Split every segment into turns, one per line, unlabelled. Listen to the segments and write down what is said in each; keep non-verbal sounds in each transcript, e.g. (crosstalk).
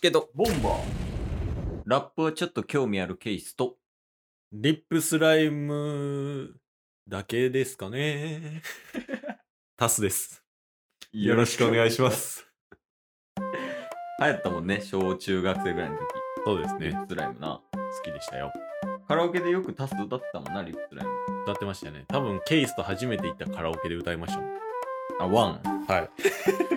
けど、
ボンバー。
ラップはちょっと興味あるケースと、
リップスライムだけですか (laughs) ね。タスです。よろしくお願いします。
流行ったもんね、小中学生ぐらいの時。
そうです
リ
ね。
ップスライムな。
好きでしたよ。
カラオケでよくタス歌ってたもんな、リップスライム。
歌ってましたね。多分、ケイスと初めて行ったカラオケで歌いましたもん。
あ、ワン。
はい。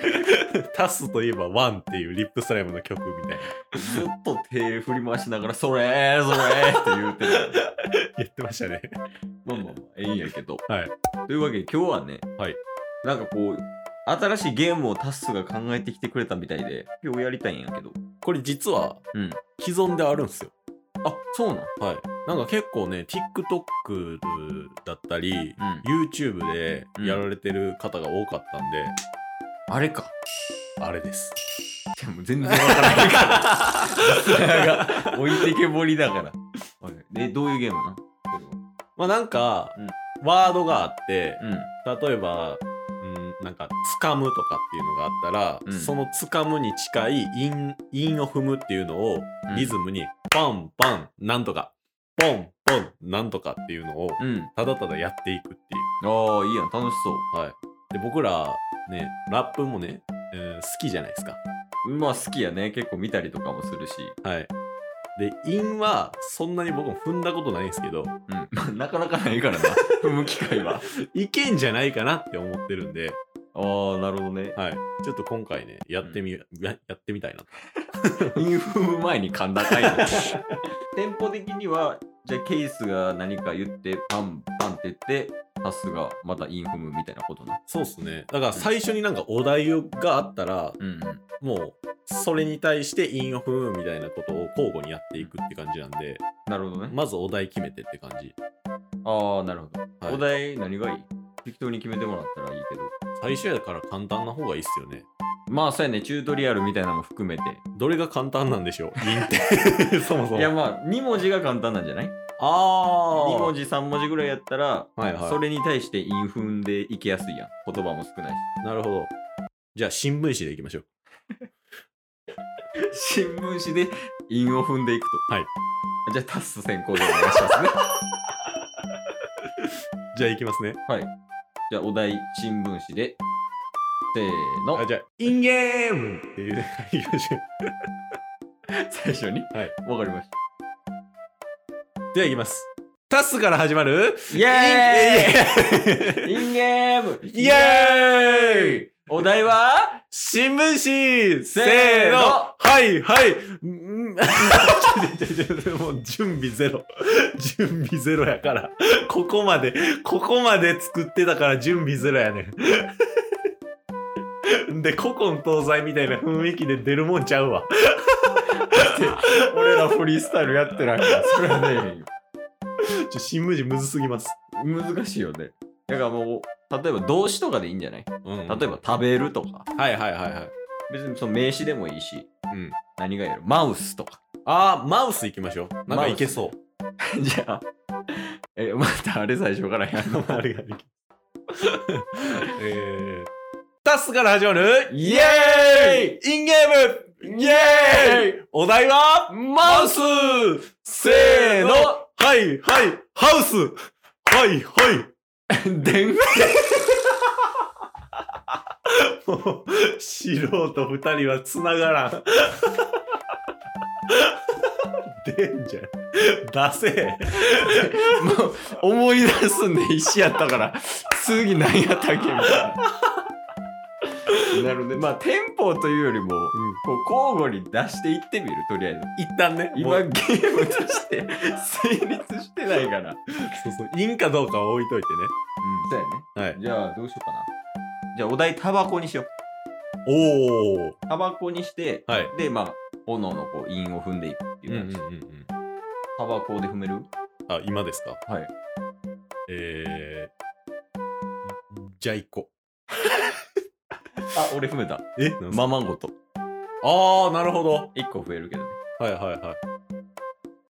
(laughs) タスといえばワンっていうリップスライムの曲みたいな。
ずっと手振り回しながら、それー、それーって言うてる。
言ってましたね。
まあまあまあ、ええんやけど。
はい。
というわけで、今日はね、
はい。
なんかこう、新しいゲームをタスが考えてきてくれたみたいで、今日やりたいんやけど。
これ実は、
うん
既存であるんですよ。
あ、そうなん
はい。なんか結構ね、TikTok だったり、
うん。
YouTube でやられてる方が多かったんで、
あれか。
あれです。
いやもう全然わからないから。置いてけぼりだから。え、どういうゲームな
まあなんか、ワードがあって、
うん。
例えば、うん、なんか、つかむとかっていうのがあったら、
うん
そのつかむに近い韻韻を踏むっていうのを
うん
リズムに、パンパンなんとか、ポンポンなんとかっていうのを、
うん。
ただただやっていくっていう。
ああ、いいやん。楽しそ
はい。で、僕ら、ね、ラップもね、えー好きじゃないですか。
う。まあ好きやね。結構見たりとかもするし。
はい。で、韻は、そんなに僕も踏んだことないんですけど、
うん。 (laughs) まあなかなかないからな。踏む機会は。
いけんじゃないかなって思ってるんで、
ああ、なるほどね。
はい。ちょっと今回ね、やってみ、ややってみたいな。
インフム前に噛んだかい (laughs) な。テンポ的には、じゃあケースが何か言って、パンパンって言って、タスがまたインフムみたいなことな。
そうっすね。だから最初になんかお題をがあったら、
うんうん。
もう、それに対して韻を踏むみたいなことを交互にやっていくって感じなんで、
なるほどね。
まずお題決めてって感じ。
ああ、なるほど。
はい
お題何がいい適当に決めてもらったらいいけど。
最初やから簡単な方がいいっすよね。
まあそうやね、チュートリアルみたいなのも含めて。
どれが簡単なんでしょう韻
(laughs)
って。そもそも。
いやまあ、2文字が簡単なんじゃない
あ
?2 文
字。
字、3文字ぐらいやったら、
はいはい
それに対してインフンでいきやすいやん。言葉も少ない
なるほど。じゃあ、新聞紙でいきましょう。
し。 (laughs) 新聞紙でインを踏んでいくと。
はい。
じゃあタス先行でお願いします (laughs) ね。
じゃあ、いきますね。
じゃあお題、新聞紙で。せーの
あ、。じゃあ、インゲームっていう、いきましょう。
最初に。
はい。
わかりまし
(laughs) では、いきます。タスから始まる
た。イエ
ー
ーイインゲーム
イイエーイ
お題は
新聞
せ
紙せ
ー
ー
の
のはいはいうん (laughs) ちょちょちょちょもう準備ゼロ。準備ゼロやから。ここまで、ここまで作ってたから準備ゼロやねん。 (laughs) で、古今東西みたいな雰囲気で出るもんちゃうわ。 (laughs)
俺らフリースタイルやってないから、それはね、
ちょ新聞紙むずすぎます。
難しいよね。だからもう、例えば動詞とかでいいんじゃない例
うん
えば食べるとか、
はいはいはいはい。
別にその名詞でもいいし、
うん
何がやるマウスとか。 (laughs)
あー、マウス行きましょう。なんかいけそう。
じゃあ、え、またあれ最初からや
(laughs)
るの
(laughs) ありがとう。えー、タスから始まる
イエ
インゲームイエーイお題はマウスせーのはいはいハウスはいはい
ーイでん
もう素人二人は繋がらん。でんじゃん。出せ
もう思い出すんで必死やったから、次何やったっけみたい (laughs) な。なるでまあ、テンポというよりも、こう交互に出していってみる、とりあえず。
一旦ね。も
今
う
ゲームとして成立してないから。うん、
そうそう。インかどうかは置いといて
そうやね。
ね。はい。
じゃあ、どうしようかな。じゃあ、お題、タバコにしよう。
おー。
タバコにして、
はい。
で、まあ、炎のこう、韻を踏んでいくっていう感じ。
うんうん。
タバコで踏める
あ、今ですか
はい。
えー、じゃあ行こ
あ、俺踏めた。
う。え
ままごと。
あー、なるほど。
一個増えるけどね。
はいはいはい。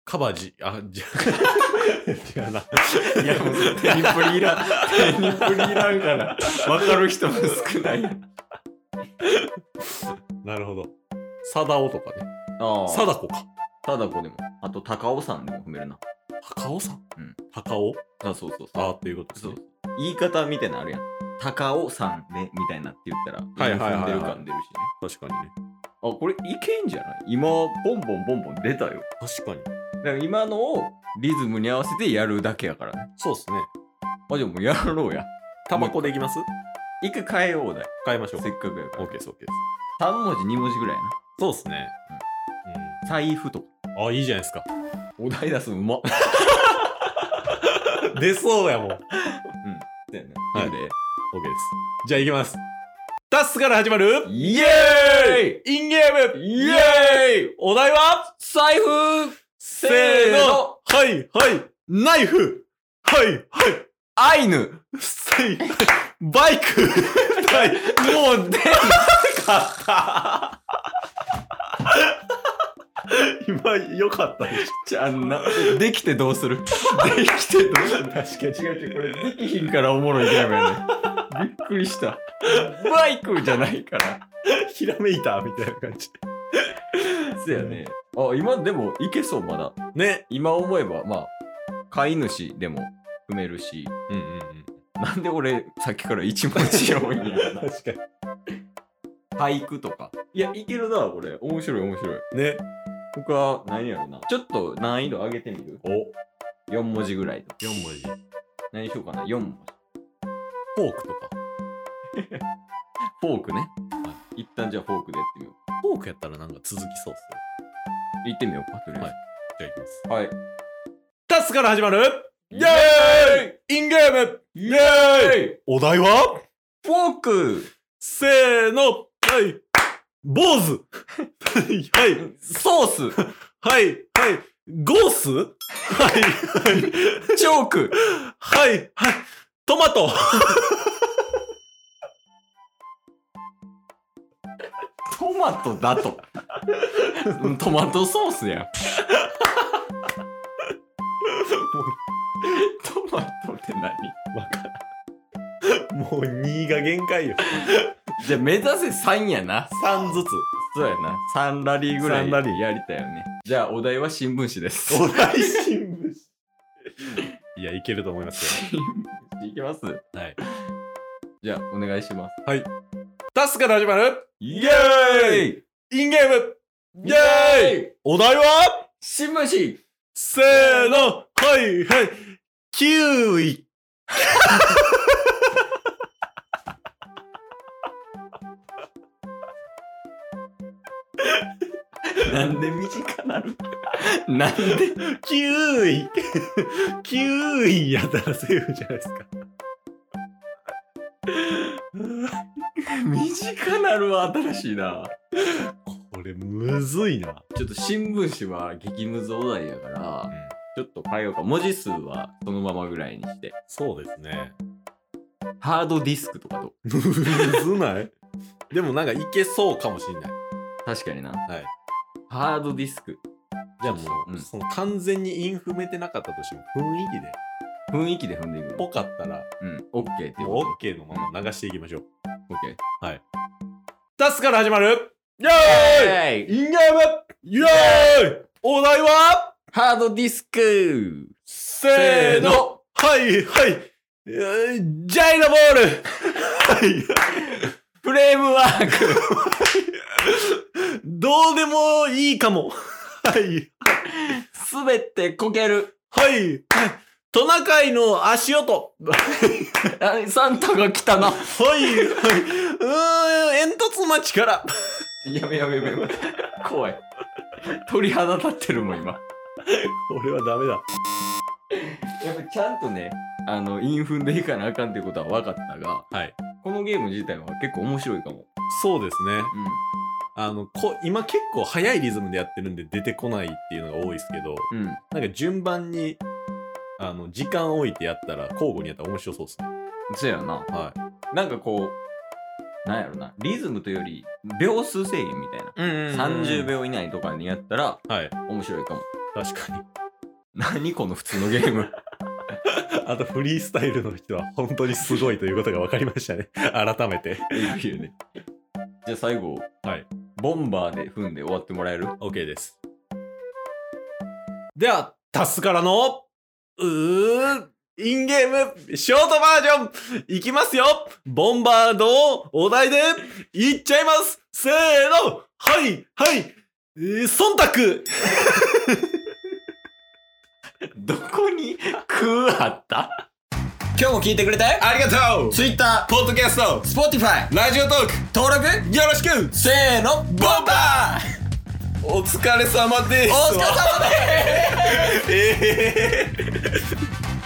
カバジ、あ、じゃ、違うな。
いや、もう、手にプリいらん。手にプリいらんから。わかる人も少ない。
なるほど。サダオとかね。
ああ。
貞子か。
貞子でも。あと、高尾山でも踏めるな。
高尾さん、
うん
高尾
あ、そうそう
あ
そ
あ
う。
っていうことです
そ
ね
う。。言い方みたいなのあるやん。高尾山ね、みたいなって言ったら、
はいはいはいはい
踏んでる感出るしね。
確かにね。
あ、これいけんじゃない今、ボンボンボンボン出たよ。
確かに。
だから今のをリズムに合わせてやるだけやからね。
そうですね。
あ、じゃあもうやろうや。
タバコでいきます
一回変えようだよ。
買いましょう。
せっかくやか
オ
ら
ッ。ケーです、オッケーです。
3文字、2文字ぐらいやな。
そうですね。
財布とか。
うん。あ、いいじゃないですか。
お題出すのうまっ。
出そうやもん。オッケ
だよね。
は
言
い
うで
ーです。じゃあ行きます。タスから始まる
イエーイ
インゲーム
イエーイ
お題は
財布
せ
ーの
はいはいナイフはいはい
アイヌ
せいバイクはいもう出なかった今良かったでし
じゃあんな、できてどうするできてどうする確かに違う違う、これできひんからおもろいゲームやね。びっくりした。バイクじゃないから。
ょひらめいたみたいな感じ
そうやね。あ、今でもいけそう、まだ。
ね
今思えば、まあ、飼い主でも踏めるし、
うんうんうん
なんで俺、さっきから一文字多いんや (laughs) ろな。
確か
俳句とか。いや、いけるな、これ。面白い、面白い。
にね
他、何やろな。ちょっと難易度上げてみる
お
?4 文字ぐらいと。
4文字
何しようかな、4文字。
フォークとか
フォークね。一旦じゃあフォークでやってみよ
フォークやったらなんか続きそうっす
う。行ってみようか、とりあえず。
よじゃあいきます
はい。
タスから始まる
イ
イ
エ
エーイインゲーム
イエーイ
お題は
フォーク
せーのはい坊主 (laughs) はい
ソース
はいはいゴースはいはい
チョーク
はいはいトマト
トマトだ (laughs) と。うんトマトソースやん。トマトって何
もう2が限界よ
じゃあ目指せ3やな。
3ずつ
そうやな。3ラリーぐらい
三ラリー
やりたいよね。じゃあお題は新聞紙です。 (laughs)
お題新聞紙いやいけると思います
新聞紙いきます
よはい
じゃあお願いします。
タスから始まる
イエ
ー
イ
インゲーム
イエーイ
お題は
新聞紙
せーのはいはいキウイ
なんで短なるなんで
キウイ (laughs) キウイやったらセーフじゃないですか。
短なるは新しいな。
これむずいな。
ちょっと新聞紙は激ムズお題やから、ちょっと変えようか。文字数はそのままぐらいにして。
そうですね。
ハードディスクとかと。
むずない (laughs) でもなんかいけそうかもしんない。
確かにな。
はい。
ハードディスク。
じゃあもう、
うん
その完全にイン踏めてなかったとしても雰囲気で、
雰囲気で踏んでいくの。
ぽかったら、
うん。オッケーっていう
も
こ
う OK のまま流していきましょう。
と。オッケ
出すから始まるイェ
ー。
ー
はい
イインゲームイェーイお題は
ハードディスク
せーのはいはいえージャイナボールはい
フレームワーク
どうでもいいかも。はい。
すべてこけ (laughs) る
はい。トナカイの足音。は
あサンタが来たな
い。はい。うーん、煙突町から。
(laughs) やめやめやめ。怖い。鳥肌立ってるもん今。
俺はダメだ。
やっぱちゃんとね、あの、インフンでいかなあかんってことは分かったが、
はい。
このゲーム自体は結構面白いかも。
そうですね。あの、こ今結構早いリズムでやってるんで出てこないっていうのが多いですけど、
うん。うん。
なんか順番に、あの、時間置いてやったら、交互にやったら面白そうですね。
そうやな。
は
なんかこう、なんやろな、リズムというより、秒数制限みたいな。
い。うん
30。秒以内とかにやったら
はい。
面白いかも。
確かに。
何この普通のゲー (laughs) ム。
あと、フリースタイルの人は本当にすごいということが分かりましたね。改めて。
いいよね。じゃあ最後、
はい。
ボンバーで踏んで終わってもらえる
OK です。では、タスからの、うーインゲーム、ショートバージョン、いきますよボンバーのお題で、いっちゃいますせーのはいはいえー、忖
どこに空あった
今日も聞いてくれて
度ありがとう
Twitter、
ポッドキャスト、
Spotify、
ラジオトーク、
登録
よろしく
せーの、ボンバー
お疲れ様です (laughs)
お疲れ様です
えー